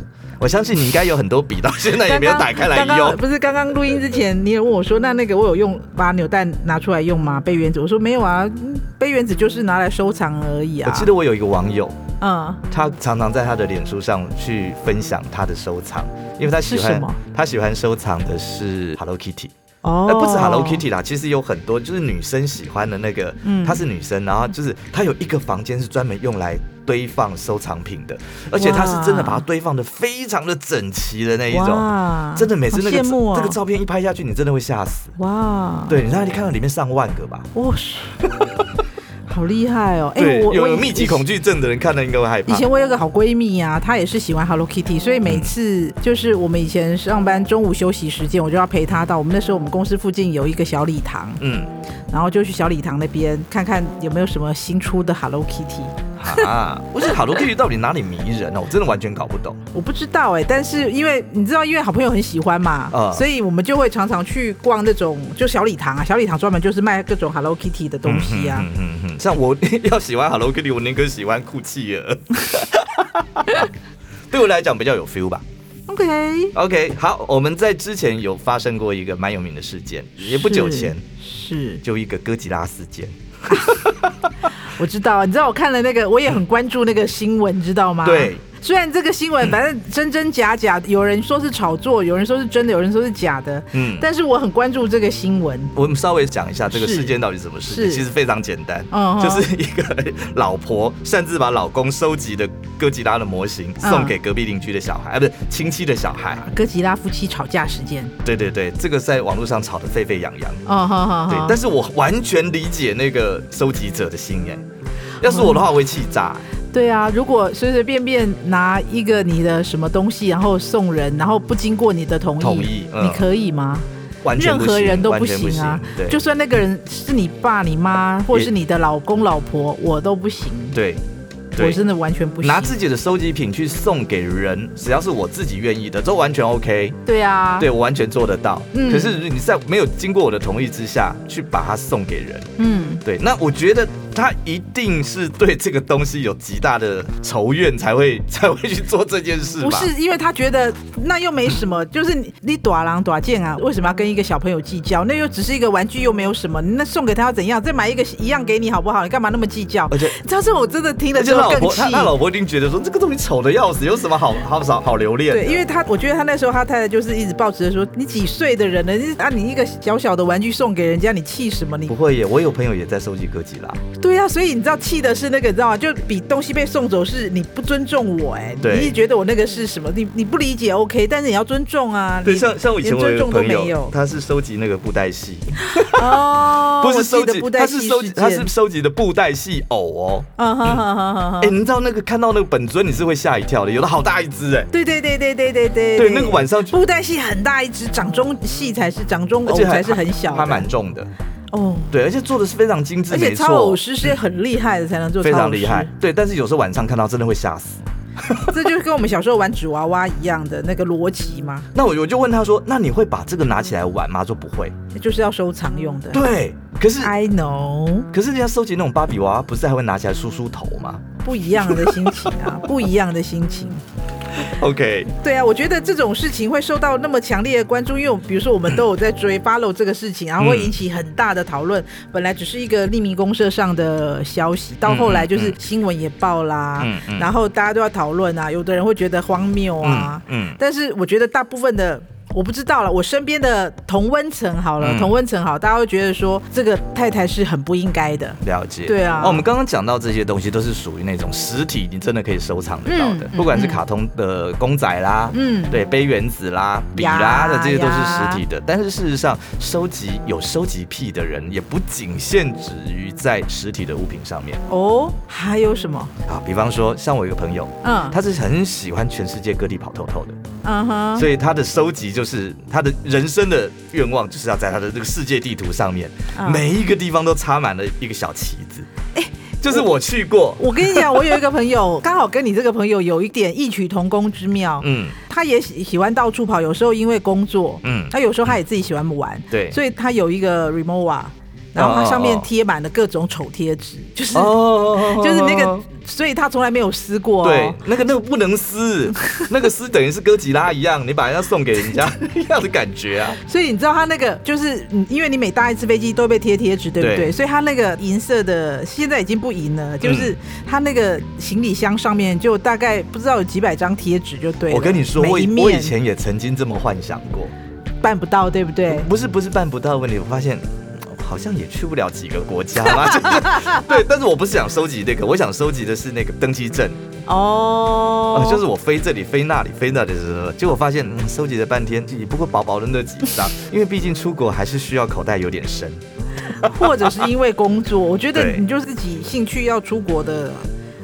[SPEAKER 1] 我相信你应该有很多笔到现在
[SPEAKER 2] 啊，
[SPEAKER 1] 也没有打开来
[SPEAKER 2] 刚刚
[SPEAKER 1] 用。
[SPEAKER 2] 不是刚刚录音之前，你也问我说，那那个我有用把扭蛋拿出来用吗？背原子，我说没有啊，嗯背原子就是拿来收藏而已啊。
[SPEAKER 1] 我记得我呃有一个网友，
[SPEAKER 2] 嗯，
[SPEAKER 1] 他常常在他的脸书上去分享他的收藏，因为他喜
[SPEAKER 2] 是什
[SPEAKER 1] 欢
[SPEAKER 2] 么
[SPEAKER 1] 他喜欢收藏的是 Hello Kitty。
[SPEAKER 2] 哦
[SPEAKER 1] 那、不止 Hello Kitty 啦，其实有很多就是女生喜欢的那个，
[SPEAKER 2] 嗯
[SPEAKER 1] 她是女生，然后就是她有一个房间是专门用来堆放收藏品的，而且她是真的把它堆放的非常的整齐的那一种，
[SPEAKER 2] 哇
[SPEAKER 1] 真的每次那个、
[SPEAKER 2] 啊好羡慕哦
[SPEAKER 1] 这个照片一拍下去，你真的会吓死。
[SPEAKER 2] 哇，，
[SPEAKER 1] 对，你那里看到里面上万个吧？
[SPEAKER 2] 哇是，好厉害哦！哎、
[SPEAKER 1] 对，
[SPEAKER 2] 我
[SPEAKER 1] 有
[SPEAKER 2] 我
[SPEAKER 1] 有
[SPEAKER 2] 以
[SPEAKER 1] 密集恐惧症的人看了应该会害
[SPEAKER 2] 以
[SPEAKER 1] 怕。
[SPEAKER 2] 前我有个好闺蜜啊，她也是喜欢 Hello Kitty，所以
[SPEAKER 1] 嗯
[SPEAKER 2] 每次就是我们以前上班中午休息时间，我就要陪她到我们那时候我们公司附近有一个小礼堂，
[SPEAKER 1] 嗯
[SPEAKER 2] 然后就去小礼堂那边看看有没有什么新出的 Hello Kitty。
[SPEAKER 1] 啊，不是 Hello Kitty 到底哪里迷人啊呢、我真的完全搞不懂。
[SPEAKER 2] 我不知道哎、但是因为你知道，因为好朋友很喜欢嘛，
[SPEAKER 1] 嗯
[SPEAKER 2] 所以我们就会常常去逛那种就小礼堂啊，小礼堂专门就是卖各种 Hello Kitty 的东西啊。
[SPEAKER 1] 嗯嗯嗯嗯，像我 要喜欢 Hello Kitty，我宁可喜欢酷企鹅。 对我来讲比较有 feel 吧。
[SPEAKER 2] OK，
[SPEAKER 1] OK，好，我们在之前有发生过一个蛮有名的事件，也不久前，
[SPEAKER 2] 是
[SPEAKER 1] 就一个哥吉拉事件。
[SPEAKER 2] 我知道，你知道我看了那个，我也很关注那个新闻，你知道吗？
[SPEAKER 1] 对。
[SPEAKER 2] 虽然这个新闻反正真真假假，有人说是炒作，有人说是真的，有人说是假的，
[SPEAKER 1] 嗯，
[SPEAKER 2] 但是我很关注这个新闻。
[SPEAKER 1] 我们稍微讲一下这个
[SPEAKER 2] 是
[SPEAKER 1] 事件到底是什么事情，
[SPEAKER 2] 是
[SPEAKER 1] 其实非常简单，
[SPEAKER 2] 嗯
[SPEAKER 1] 就是一个老婆擅自把老公收集的哥吉拉的模型
[SPEAKER 2] 嗯
[SPEAKER 1] 送给隔壁邻居的小孩，啊，不是亲戚的小孩。
[SPEAKER 2] 哥吉拉夫妻吵架事件。
[SPEAKER 1] 对对对，这个在网络上吵得沸沸扬扬。
[SPEAKER 2] 哦，好好
[SPEAKER 1] 对
[SPEAKER 2] 好，。
[SPEAKER 1] 但是我完全理解那个收集者的心哎，要是我的话，我会气炸。
[SPEAKER 2] 对啊，如果随随便便拿一个你的什么东西，然后送人，然后不经过你的同意，
[SPEAKER 1] 同意嗯
[SPEAKER 2] 你可以吗？
[SPEAKER 1] 完全
[SPEAKER 2] 任
[SPEAKER 1] 不
[SPEAKER 2] 何
[SPEAKER 1] 行
[SPEAKER 2] 人都
[SPEAKER 1] 完
[SPEAKER 2] 不
[SPEAKER 1] 全不
[SPEAKER 2] 行啊
[SPEAKER 1] 对，
[SPEAKER 2] 就算那个人是你爸、你妈，或是你的老公、老婆，我都不行。
[SPEAKER 1] 对，
[SPEAKER 2] 我
[SPEAKER 1] 对。
[SPEAKER 2] 真的完全不行。
[SPEAKER 1] 拿自己的收集品去送给人，只要是我自己愿意的，都完全 OK，
[SPEAKER 2] 对啊，
[SPEAKER 1] 对我完全做得到。
[SPEAKER 2] 嗯
[SPEAKER 1] 可是你在没有经过我的同意之下去把它送给人，
[SPEAKER 2] 嗯，
[SPEAKER 1] 对，那我觉得他一定是对这个东西有极大的仇怨，才会 才会去做这件事吧？
[SPEAKER 2] 不是因为他觉得那又没 什么，就是你你短狼短贱啊，为什么要跟一个小朋友计较？那又只是一个玩具，又没有什么，那送给他要怎样？再买一个一样给你好不好？你干嘛那么计较？
[SPEAKER 1] 而且
[SPEAKER 2] 你知道这我真的听了
[SPEAKER 1] 而且
[SPEAKER 2] 之
[SPEAKER 1] 他
[SPEAKER 2] 后
[SPEAKER 1] 呃老
[SPEAKER 2] 更
[SPEAKER 1] 婆
[SPEAKER 2] 气
[SPEAKER 1] 他。他老婆一定觉得说这个东西丑的要死，有什么好好少好留恋的？
[SPEAKER 2] 对，因为他，我觉得他那时候他太太就是一直抱持着说，你几岁的人了，你啊，你一个小小的玩具送给人家，你气什么你
[SPEAKER 1] 不？会耶，我有朋友也在收集哥吉拉，
[SPEAKER 2] 对啊，所以你知道气的是那个，你知道吗？就比东西被送走是你不尊重我、哎，
[SPEAKER 1] 对
[SPEAKER 2] 你一直觉得我那个是什么？你你不理解 OK，但是你要尊重啊。
[SPEAKER 1] 对，
[SPEAKER 2] 你
[SPEAKER 1] 像像我以前
[SPEAKER 2] 连
[SPEAKER 1] 我有
[SPEAKER 2] 尊
[SPEAKER 1] 一个
[SPEAKER 2] 重都
[SPEAKER 1] 朋
[SPEAKER 2] 没
[SPEAKER 1] 友
[SPEAKER 2] 有，。
[SPEAKER 1] 他是收集那个布袋戏，
[SPEAKER 2] 哦，
[SPEAKER 1] 不
[SPEAKER 2] 我
[SPEAKER 1] 是
[SPEAKER 2] 记
[SPEAKER 1] 收
[SPEAKER 2] 得
[SPEAKER 1] 集
[SPEAKER 2] 布，
[SPEAKER 1] 他
[SPEAKER 2] 袋
[SPEAKER 1] 是
[SPEAKER 2] 戏
[SPEAKER 1] 收集，
[SPEAKER 2] 事
[SPEAKER 1] 他
[SPEAKER 2] 件
[SPEAKER 1] 是收集的布袋戏偶哦。
[SPEAKER 2] 啊哈哈哈哈哈
[SPEAKER 1] 哎、。你知道那个看到那个本尊，你是会吓一跳的，有的好大一只哎、
[SPEAKER 2] 对对对对对对对
[SPEAKER 1] 对那个晚上
[SPEAKER 2] 布袋戏很大一只，掌中戏才是掌中偶才是很小的，
[SPEAKER 1] 它蛮重的，
[SPEAKER 2] 哦，
[SPEAKER 1] 对，而且做的是非常精致，
[SPEAKER 2] 而且
[SPEAKER 1] 没
[SPEAKER 2] 超偶
[SPEAKER 1] 错，
[SPEAKER 2] 师是很厉害的才能做，
[SPEAKER 1] 非常厉害。。对，但是有时候晚上看到真的会吓死。
[SPEAKER 2] 这就是跟我们小时候玩纸娃娃一样的那个逻辑嘛，
[SPEAKER 1] 那我我就问他说：“那你会把这个拿起来玩吗？”他说不会。
[SPEAKER 2] 就是要收藏用的。
[SPEAKER 1] 对，可是
[SPEAKER 2] ，I know，
[SPEAKER 1] 可是人家收集那种芭比娃娃，不是还会拿起来梳梳头吗
[SPEAKER 2] 不一样的心情 啊，不一样的心情。
[SPEAKER 1] ？OK，
[SPEAKER 2] 对啊，我觉得这种事情会受到那么强烈的关注，因为我比如说我们都有在追 follow 这个事情，然后会引起很大的讨论。本来只是一个匿名公社上的消息，到后来就是新闻也报啦，
[SPEAKER 1] 嗯嗯
[SPEAKER 2] 然后大家都要讨论啊，有的人会觉得荒谬啊，
[SPEAKER 1] 嗯，
[SPEAKER 2] 但是我觉得大部分的。我不知道了，我身边的同温层好了，
[SPEAKER 1] 嗯
[SPEAKER 2] 同温层好，大家会觉得说这个太太是很不应该的，
[SPEAKER 1] 了解。
[SPEAKER 2] 对啊
[SPEAKER 1] 哦，我们刚刚讲到这些东西，都是属于那种实体，你真的可以收藏得到的，
[SPEAKER 2] 嗯
[SPEAKER 1] 不管是卡通的公仔啦，
[SPEAKER 2] 嗯，
[SPEAKER 1] 对，杯原子啦、笔啦
[SPEAKER 2] 呀
[SPEAKER 1] 的这些都是
[SPEAKER 2] 呀
[SPEAKER 1] 实体的，但是事实上，收集有收集癖的人也不仅限止于在实体的物品上面
[SPEAKER 2] 哦，还有什么？
[SPEAKER 1] 啊。比方说，像我有个朋友，
[SPEAKER 2] 嗯，
[SPEAKER 1] 他是很喜欢全世界各地跑透透的，
[SPEAKER 2] 嗯哼，
[SPEAKER 1] 所以他的收集就是他的人生的愿望，就是要在他的这个世界地图上面，
[SPEAKER 2] 嗯
[SPEAKER 1] 每一个地方都插满了一个小旗子。就是我去过，
[SPEAKER 2] 我跟你讲，我有一个朋友， 刚好跟你这个朋友有一点异曲同工之妙。
[SPEAKER 1] 嗯
[SPEAKER 2] 他也喜喜欢到处跑，有时候因为工作，
[SPEAKER 1] 嗯，
[SPEAKER 2] 他有时候他也自己喜欢玩，
[SPEAKER 1] 对
[SPEAKER 2] 所以他有一个 remova。然后它上面贴满了各种丑贴纸，就是、
[SPEAKER 1] 哦
[SPEAKER 2] 就是那个，所以他从来没有撕过、哦。
[SPEAKER 1] 对，那个那个不能 撕，那个撕等于是哥吉拉一样，你把人家送给人家一样的感觉啊。
[SPEAKER 2] 所以你知道他那个就是，嗯因为你每搭一次飞机都被贴贴纸，对不对？
[SPEAKER 1] 对
[SPEAKER 2] 所以他那个银色的现在已经不银了，
[SPEAKER 1] 嗯
[SPEAKER 2] 就是他那个行李箱上面就大概不知道有几百张贴纸，就对了
[SPEAKER 1] 我跟你说，我
[SPEAKER 2] 每一
[SPEAKER 1] 以
[SPEAKER 2] 面
[SPEAKER 1] 我以前也曾经这么幻想过，
[SPEAKER 2] 办不到，对不对？
[SPEAKER 1] 不是不是办不到的问题，我发现。哦好像也去不了几个国家啦， 就是对，但是我不是想收集这个，我想收集的是那个登机证，
[SPEAKER 2] 哦、
[SPEAKER 1] 嗯啊，就是我飞这里飞那里飞那里的时候，结果发现嗯收集了半天，也不过薄薄的那几 张，因为毕竟出国还是需要口袋有点深。
[SPEAKER 2] 或者是因为 工作，我觉得
[SPEAKER 1] 对
[SPEAKER 2] 你就是自己兴趣要出国的，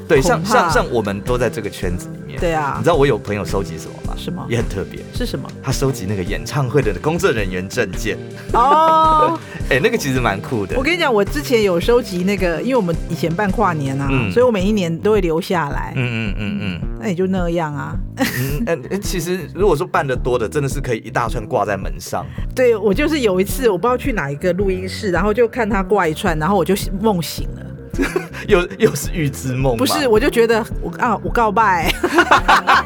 [SPEAKER 1] 对，
[SPEAKER 2] 恐
[SPEAKER 1] 像
[SPEAKER 2] 怕
[SPEAKER 1] 像像我们都在这个圈子里面，
[SPEAKER 2] 对啊
[SPEAKER 1] 你知道我有朋友收集什么吗？
[SPEAKER 2] 什么
[SPEAKER 1] 也很特别，
[SPEAKER 2] 是什么？
[SPEAKER 1] 他收集那个演唱会的工作人员证 件，
[SPEAKER 2] 哦、
[SPEAKER 1] 哎、那个其实蛮酷的
[SPEAKER 2] 我。跟你讲，我之前有收集那个，因为我们以前办跨年啊，
[SPEAKER 1] 嗯
[SPEAKER 2] 所以我每一年都会留下来。
[SPEAKER 1] 嗯嗯嗯
[SPEAKER 2] 那也就那样啊。
[SPEAKER 1] 嗯嗯嗯嗯，其实如果说办得多的，真的是可以一大串挂在门上。
[SPEAKER 2] 对我就是有一次，我不知道去哪一个录音室，然后就看他挂一串，然后我就梦醒了。
[SPEAKER 1] 又又是预知梦吗，
[SPEAKER 2] 不是，我就觉得我啊，我告白，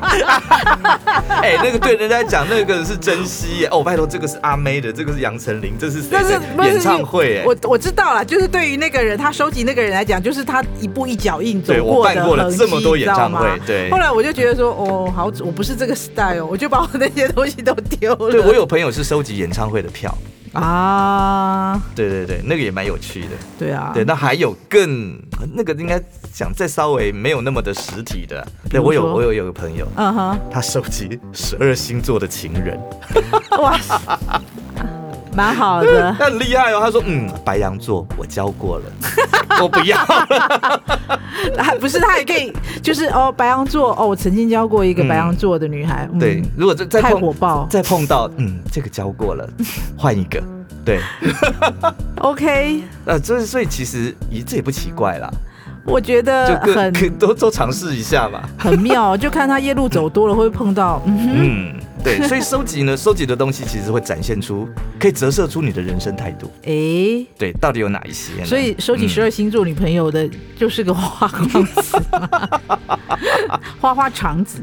[SPEAKER 1] 哎、那个对人家讲那个是珍惜耶哦，拜托，这个是阿妹的，这个是杨丞琳，这是谁
[SPEAKER 2] 但是
[SPEAKER 1] 谁
[SPEAKER 2] 不是
[SPEAKER 1] 演唱会哎，
[SPEAKER 2] 我我知道了，就是对于那个人，他收集那个人来讲，就是他一步一脚印走
[SPEAKER 1] 对我
[SPEAKER 2] 过
[SPEAKER 1] 办
[SPEAKER 2] 的
[SPEAKER 1] 过了
[SPEAKER 2] 痕迹
[SPEAKER 1] 这么多演唱会
[SPEAKER 2] 你知道吗
[SPEAKER 1] 对
[SPEAKER 2] 后来我就觉得说，哦，好，我不是这个 style，我就把我那些东西都丢了。
[SPEAKER 1] 对我有朋友是收集演唱会的票，
[SPEAKER 2] 啊，
[SPEAKER 1] 对对对，那个也蛮有趣的。
[SPEAKER 2] 对啊，
[SPEAKER 1] 对，那还有更那个应该讲再稍微没有那么的实体的，
[SPEAKER 2] 比
[SPEAKER 1] 对
[SPEAKER 2] 如
[SPEAKER 1] 我有
[SPEAKER 2] 说
[SPEAKER 1] 我有有个朋友，
[SPEAKER 2] 嗯哼，
[SPEAKER 1] 他收集十二星座的情 人，
[SPEAKER 2] 哇，蛮好的。
[SPEAKER 1] 他很厉害哦。他说，嗯，白羊座我教过 了，我不要。
[SPEAKER 2] 还不是他也可以，就是哦，白羊座哦，我曾经教过一个白羊座的女孩，嗯、
[SPEAKER 1] 对，如果再再
[SPEAKER 2] 太
[SPEAKER 1] 碰
[SPEAKER 2] 火爆
[SPEAKER 1] 再碰到，嗯，这个教过了，换一个。 对，
[SPEAKER 2] ，OK，
[SPEAKER 1] 呃，就是所以其实也这也不奇怪啦，
[SPEAKER 2] 我觉
[SPEAKER 1] 就
[SPEAKER 2] 得
[SPEAKER 1] 各
[SPEAKER 2] 呃很
[SPEAKER 1] 各都都尝试一下嘛。
[SPEAKER 2] 很妙，就看他夜路走多了会不会碰到，嗯哼，
[SPEAKER 1] 嗯，对，所以收集呢，收集的东西其实会展现出，可以折射出你的人生态度。
[SPEAKER 2] 诶，
[SPEAKER 1] 对，到底有哪一嗯些呢？
[SPEAKER 2] 所以收集十二星座女朋友的就是个花光子 嘛，花花肠子，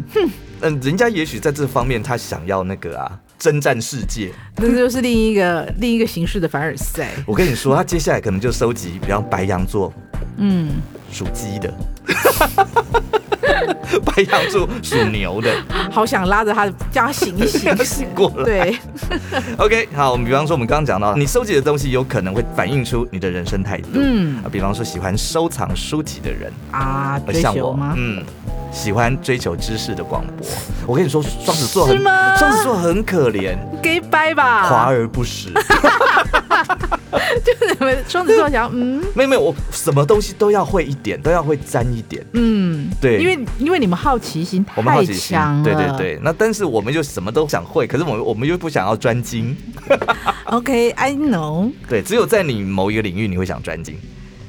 [SPEAKER 1] 嗯，人家也许在这方面他想要那个啊，征战世界。
[SPEAKER 2] 那就是另一个另一个形式的凡尔赛，
[SPEAKER 1] 我跟你说，他接下来可能就收集，比方白羊座
[SPEAKER 2] 嗯，
[SPEAKER 1] 属鸡的， 白羊座属牛的，
[SPEAKER 2] 好想拉着他叫他醒一醒
[SPEAKER 1] 要，醒过来。
[SPEAKER 2] 对，
[SPEAKER 1] OK，好，我们比方说，我们刚刚讲到，你收集的东西有可能会反映出你的人生态度。
[SPEAKER 2] 嗯
[SPEAKER 1] 啊，比方说喜欢收藏书籍的人，
[SPEAKER 2] 啊，
[SPEAKER 1] 呃
[SPEAKER 2] 追求吗？
[SPEAKER 1] 嗯，喜欢追求知识的广博。我跟你说，双子座很，
[SPEAKER 2] 是吗
[SPEAKER 1] 双子座很可怜，
[SPEAKER 2] 给掰吧，
[SPEAKER 1] 华而不实。
[SPEAKER 2] 就是你们 双子座想，嗯
[SPEAKER 1] 没有没有，我什么东西都要会一点，都要会沾一点。
[SPEAKER 2] 嗯，
[SPEAKER 1] 对
[SPEAKER 2] 因为因为你们好奇心
[SPEAKER 1] 我们好
[SPEAKER 2] 太
[SPEAKER 1] 奇心
[SPEAKER 2] 强，了，
[SPEAKER 1] 对对。对，那但是我们就什么都想会，可是我们我们又不想要专精，
[SPEAKER 2] OK，I、know
[SPEAKER 1] 对，只有在你某一个领域你会想专精。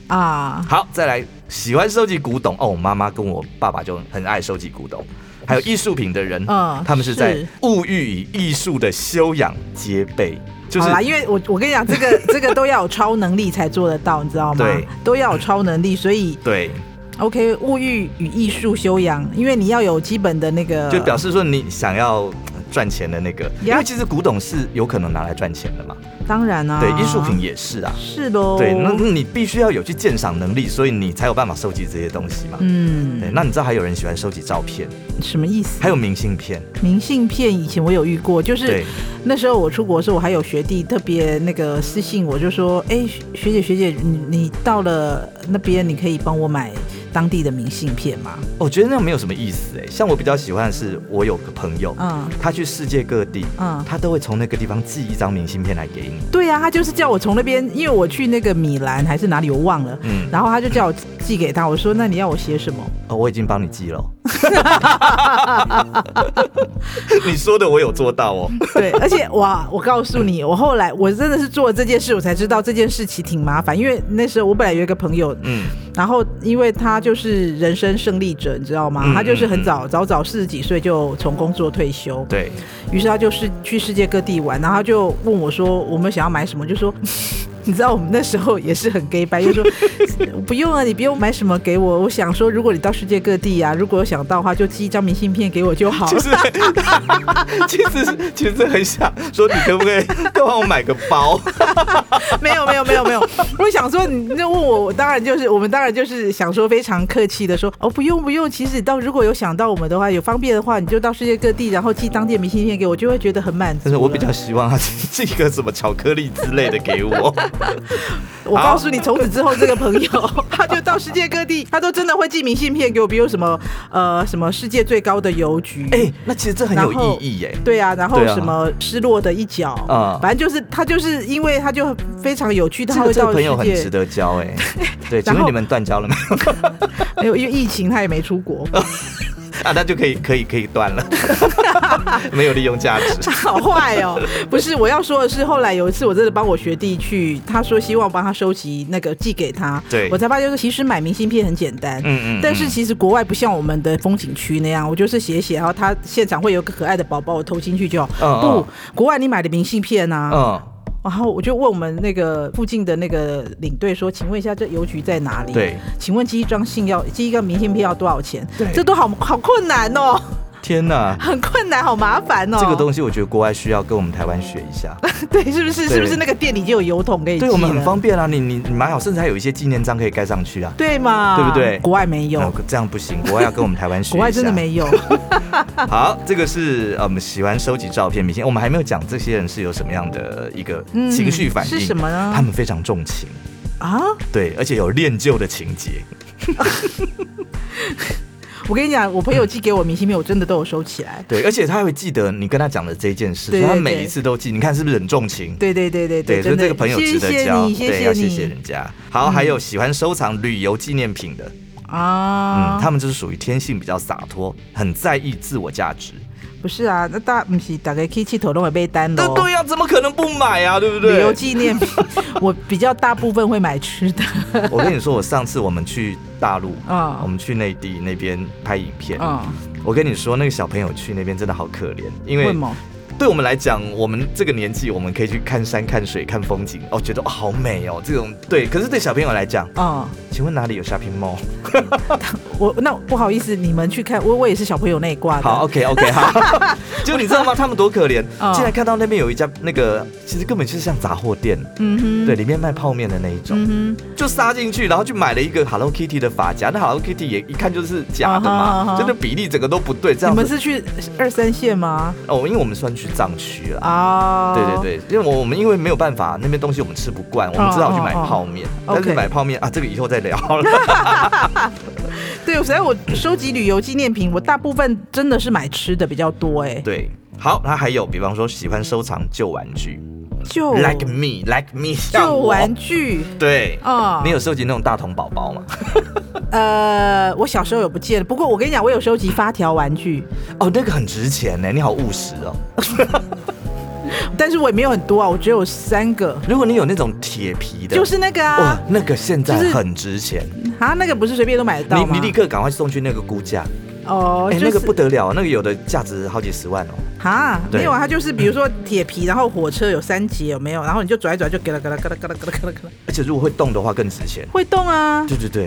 [SPEAKER 2] 啊，
[SPEAKER 1] 好，再来，喜欢收集古董哦，我妈妈跟我爸爸就很爱收集古董，还有艺术品的人，
[SPEAKER 2] 嗯
[SPEAKER 1] 他们是在
[SPEAKER 2] 是
[SPEAKER 1] 物欲与艺术的修养皆备，就是
[SPEAKER 2] 好啦，因为我我跟你讲，这个这个都要有超能力才做得到，你知道吗？
[SPEAKER 1] 对，
[SPEAKER 2] 都要有超能力，所以
[SPEAKER 1] 对，
[SPEAKER 2] OK，物欲与艺术修养，因为你要有基本的那个，
[SPEAKER 1] 就表示说你想要呃赚钱的那个，因为
[SPEAKER 2] Yeah
[SPEAKER 1] 其实古董是有可能拿来赚钱的嘛，
[SPEAKER 2] 当然啊，
[SPEAKER 1] 对，艺术品也是啊。
[SPEAKER 2] 是喽，
[SPEAKER 1] 对，那那你必须要有去鉴赏能力，所以你才有办法收集这些东西嘛。对，
[SPEAKER 2] 嗯，
[SPEAKER 1] 那你知道还有人喜欢收集照片，
[SPEAKER 2] 什么意思？
[SPEAKER 1] 还有明信片，
[SPEAKER 2] 明信片以前我有遇过，就是
[SPEAKER 1] 对
[SPEAKER 2] 那时候我出国的时候，我还有学弟特别那个私信我，就说：“哎、学姐学姐，你你到了那边，你可以帮我买当地的明信片吗
[SPEAKER 1] 哦我觉得那样没有什么意思哎。像我比较喜欢的是，我有个朋友，？”
[SPEAKER 2] 嗯
[SPEAKER 1] 他去世界各地，
[SPEAKER 2] 嗯，
[SPEAKER 1] 他都会从那个地方寄一张明信片来给你。
[SPEAKER 2] 对呀、啊，他就是叫我从那边，因为我去那个米兰还是哪里我忘了，
[SPEAKER 1] 嗯，
[SPEAKER 2] 然后他就叫我寄给他，我说：“那你要我写什么
[SPEAKER 1] 哦，我已经帮你寄 了。你说的我有做到 哦。？”
[SPEAKER 2] 对，而且哇，我告诉你，我后来我真的是做了这件事，我才知道这件事情挺麻烦，因为那时候我本来有一个朋友，
[SPEAKER 1] 嗯，
[SPEAKER 2] 然后，因为他就是人生胜利者，你知道吗？
[SPEAKER 1] 嗯
[SPEAKER 2] 他就是很早早早四十几岁就从工作退休，
[SPEAKER 1] 对，
[SPEAKER 2] 于是他就是去世界各地玩，然后他就问我说：“我们想要买什么？”就说：“ 你知道我们那时候也是很 gay 白，就说 不用啊，你不用买什么给我。我想说，如果你到世界各地啊，如果有想到的话，就寄一张明信片给我就好
[SPEAKER 1] 其
[SPEAKER 2] 了。
[SPEAKER 1] 实其实其实很想说，你可不可以 帮我买个包？
[SPEAKER 2] 没有没有没有 没有，我想说你那问我，我当然就是我们当然就是想说非常客气的说哦不用不用，其实你到如果有想到我们的话，有方便的话，你就到世界各地，然后寄当地的明信片给我，就会觉得很满足了。
[SPEAKER 1] 但是我比较希望他寄个什么巧克力之类的给我。
[SPEAKER 2] 我告诉你，从此之后这个朋友他就到世界各地，他都真的会寄明信片给我，比如什么呃什么世界最高的邮局，
[SPEAKER 1] 哎、那其实这很有意义耶、
[SPEAKER 2] 对啊，然后
[SPEAKER 1] 对啊
[SPEAKER 2] 什么失落的一角，
[SPEAKER 1] 啊
[SPEAKER 2] 反正就是他就是因为他就非常有趣，
[SPEAKER 1] 这
[SPEAKER 2] 他
[SPEAKER 1] 个
[SPEAKER 2] 会
[SPEAKER 1] 这
[SPEAKER 2] 到
[SPEAKER 1] 个朋友很
[SPEAKER 2] 世界
[SPEAKER 1] 值得交哎、对，请
[SPEAKER 2] 然后
[SPEAKER 1] 问你们断交了没 有？
[SPEAKER 2] 没有因为疫情他也没出国，
[SPEAKER 1] 啊，那就可以可以可以断 了，没有利用价值。
[SPEAKER 2] 好坏哦。 不是我要说的是，后来有一次我真的帮我学弟去，他说希望我帮他收集那个寄给他，
[SPEAKER 1] 对
[SPEAKER 2] 我才发现说其实买明信片很简单，
[SPEAKER 1] 嗯嗯嗯
[SPEAKER 2] 但是其实国外不像我们的风景区那样，我就是写写，然后他现场会有个可爱的宝宝，我投进去就好。
[SPEAKER 1] 嗯嗯
[SPEAKER 2] 不，国外你买的明信片啊，
[SPEAKER 1] 嗯，
[SPEAKER 2] 然后我就问我们那个附近的那个领队说：“请问一下，这邮局在哪里？
[SPEAKER 1] 对，
[SPEAKER 2] 请问寄一张信要寄一个明信片要多少钱？
[SPEAKER 1] 对
[SPEAKER 2] 这都好好困难哦，
[SPEAKER 1] 天哪！
[SPEAKER 2] 很困难，好麻烦哦。
[SPEAKER 1] 这个东西我觉得国外需要跟我们台湾学一下，
[SPEAKER 2] 对，是不是？
[SPEAKER 1] 对
[SPEAKER 2] 是不是那个店里就有邮筒给你寄
[SPEAKER 1] 对
[SPEAKER 2] 哦了
[SPEAKER 1] 我们很方便啊。你你你买好，甚至还有一些纪念章可以盖上去啊。
[SPEAKER 2] 对嘛？
[SPEAKER 1] 对不对
[SPEAKER 2] 国外没有，
[SPEAKER 1] 哦这样不行，国外要跟我们台湾学一下。
[SPEAKER 2] 国外真的没有。
[SPEAKER 1] 好，这个是呃我们喜欢收集照片明星，我们还没有讲这些人是有什么样的一个
[SPEAKER 2] 嗯
[SPEAKER 1] 情绪反应，
[SPEAKER 2] 是什么呢
[SPEAKER 1] 他们非常重情，
[SPEAKER 2] 啊！
[SPEAKER 1] 对，而且有恋旧的情节。
[SPEAKER 2] 我跟你讲，我朋友寄给我明信片，我真的都有收起来。
[SPEAKER 1] 对，而且他会记得你跟他讲的这件事，所
[SPEAKER 2] 对
[SPEAKER 1] 以他
[SPEAKER 2] 对
[SPEAKER 1] 每
[SPEAKER 2] 对
[SPEAKER 1] 一次都记。你看是不是很重情？
[SPEAKER 2] 对对对对
[SPEAKER 1] 对，所
[SPEAKER 2] 真
[SPEAKER 1] 以
[SPEAKER 2] 的
[SPEAKER 1] 这个朋友值得交，
[SPEAKER 2] 谢谢
[SPEAKER 1] 对，要
[SPEAKER 2] 你，
[SPEAKER 1] 谢
[SPEAKER 2] 谢嗯谢
[SPEAKER 1] 谢
[SPEAKER 2] 你
[SPEAKER 1] 人家。好，还有喜欢收藏旅游纪念品的，
[SPEAKER 2] 啊！
[SPEAKER 1] 嗯，他们就是属于天性比较洒脱，很在意自我价值。
[SPEAKER 2] 不是啊，那大不是大概可以气头都会被单
[SPEAKER 1] 那
[SPEAKER 2] 喽。
[SPEAKER 1] 对呀、怎么可能不买啊？对不对？
[SPEAKER 2] 哦旅游纪念品， 我比较大部分会买吃 的。
[SPEAKER 1] 我跟你说，我上次我们去大陆，
[SPEAKER 2] 嗯
[SPEAKER 1] 我们去内地那边拍影片，
[SPEAKER 2] 嗯，
[SPEAKER 1] 我跟你说，那个小朋友去那边真的好可怜，因
[SPEAKER 2] 为
[SPEAKER 1] 为
[SPEAKER 2] 什么？
[SPEAKER 1] 对我们来讲，我们这个年纪，我们可以去看山、看水、看风景，哦，觉得、哦、好美哦，这种对。可是对小朋友来讲，
[SPEAKER 2] 嗯，
[SPEAKER 1] 请问哪里有 shopping mall？
[SPEAKER 2] 啊我那不好意思，你们去看，我我也是小朋友那一挂的。
[SPEAKER 1] 好，OK OK，好。 就你知道吗？他们多可怜
[SPEAKER 2] 嗯，
[SPEAKER 1] 竟然看到那边有一家那个，其实根本就是像杂货店，
[SPEAKER 2] 嗯哼，
[SPEAKER 1] 对，，里面卖泡面的那一种，
[SPEAKER 2] 嗯哼，
[SPEAKER 1] 就杀进去，然后去买了一个 Hello Kitty 的发夹，那 Hello Kitty 也一看就是假的
[SPEAKER 2] 啊哈啊哈
[SPEAKER 1] 嘛，就那比例整个都不对，这
[SPEAKER 2] 你
[SPEAKER 1] 样
[SPEAKER 2] 们
[SPEAKER 1] 子。
[SPEAKER 2] 是去二三线吗？
[SPEAKER 1] 哦，因为我们算去藏区了。
[SPEAKER 2] 啊，
[SPEAKER 1] 对对对，因为我我们因为没有办法，那边东西我们吃不惯，我们只好去买泡面。
[SPEAKER 2] 哦哦哦
[SPEAKER 1] 但是
[SPEAKER 2] OK
[SPEAKER 1] 买泡面啊，这个以后再聊了。
[SPEAKER 2] 对，所以我收集旅游纪念品，我大部分真的是买吃的比较多，哎，
[SPEAKER 1] 对，好，那还有，比方说喜欢收藏旧玩具
[SPEAKER 2] 就
[SPEAKER 1] ，like me，like me，像
[SPEAKER 2] 就
[SPEAKER 1] 我
[SPEAKER 2] 哦玩具。
[SPEAKER 1] 对，
[SPEAKER 2] 啊
[SPEAKER 1] 你有收集那种大童宝宝吗？
[SPEAKER 2] 呃，我小时候有不见了，不过我跟你讲，我有收集发条玩具，
[SPEAKER 1] 哦，那个很值钱呢，你好务实哦。
[SPEAKER 2] 但是我也没有很多啊，我只有三个，
[SPEAKER 1] 如果你有那种铁皮的，
[SPEAKER 2] 就是那个啊
[SPEAKER 1] 哇，，那个现在
[SPEAKER 2] 就是
[SPEAKER 1] 很值钱，
[SPEAKER 2] 啊，那个不是随便都买得到
[SPEAKER 1] 你
[SPEAKER 2] 吗？
[SPEAKER 1] 你立刻赶快送去那个估价，
[SPEAKER 2] 哦，
[SPEAKER 1] 哎、
[SPEAKER 2] 就是、
[SPEAKER 1] 那个不得了啊，那个有的价值好几十万哦。
[SPEAKER 2] 哈，
[SPEAKER 1] 对
[SPEAKER 2] 没有啊，它就是比如说铁皮，然后火车有三节有没有？然后你就转一转就咯啦咯啦咯啦咯啦咯啦咯啦咯啦，
[SPEAKER 1] 而且如果会动的话更值钱。
[SPEAKER 2] 会动啊。
[SPEAKER 1] 对对对，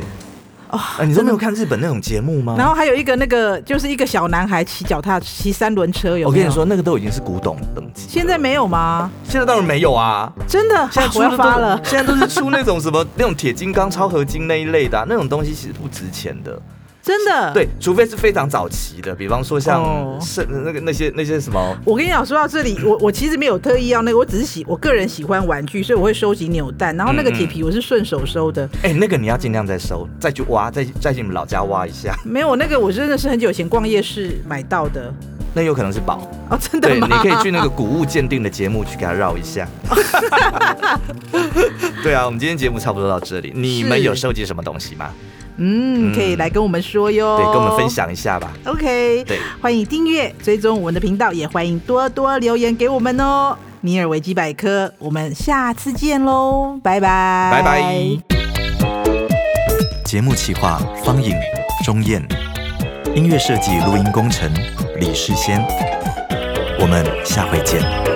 [SPEAKER 1] 啊，你都没有看日本那种节目吗？
[SPEAKER 2] 哦然后还有一个那个就是一个小男孩骑脚踏骑三轮车有
[SPEAKER 1] 我
[SPEAKER 2] 没有？
[SPEAKER 1] 跟你说，那个都已经是古董等级了，
[SPEAKER 2] 现在没有吗？
[SPEAKER 1] 现在当然没有啊，
[SPEAKER 2] 真的，
[SPEAKER 1] 现在
[SPEAKER 2] 啊
[SPEAKER 1] 出
[SPEAKER 2] 我
[SPEAKER 1] 的嗯
[SPEAKER 2] 要
[SPEAKER 1] 都。
[SPEAKER 2] 发了
[SPEAKER 1] 现在都是出那种什么那种铁金刚、超合金那一类的啊、那种东西其实不值钱的。
[SPEAKER 2] 真的。，
[SPEAKER 1] 对，除非是非常早期的，比方说
[SPEAKER 2] 啊哦
[SPEAKER 1] 像是、那个那些那些什么，
[SPEAKER 2] 我跟你讲，说到这里，我我其实没有特意要那个，我只是喜我个人喜欢玩具，所以我会收集扭蛋，然后那个
[SPEAKER 1] 嗯嗯
[SPEAKER 2] 铁皮我是顺手收的，
[SPEAKER 1] 哎、那个你要尽量再收，再去挖，再再去你们老家挖一下，
[SPEAKER 2] 没有那个我真的是很久以前逛夜市买到的。
[SPEAKER 1] 那有可能是宝。
[SPEAKER 2] 哦，真的
[SPEAKER 1] 对，
[SPEAKER 2] 吗？
[SPEAKER 1] 你可以去那个古物鉴定的节目去给它绕一 下。对啊，我们今天节目差不多到这里，你们有收集什么东西吗？
[SPEAKER 2] 嗯，可以来跟我们说哟，
[SPEAKER 1] 对，跟我们分。享一下
[SPEAKER 2] 哦
[SPEAKER 1] 吧。
[SPEAKER 2] OK，
[SPEAKER 1] 对，
[SPEAKER 2] 欢迎订阅、追踪我们的频道，也欢迎多多留言给我们哦。尼尔维基百科，我们下次见喽，拜拜，
[SPEAKER 1] 拜拜。节目企划：方颖、钟燕，音乐设计、录音工程：李世先。我们下回见。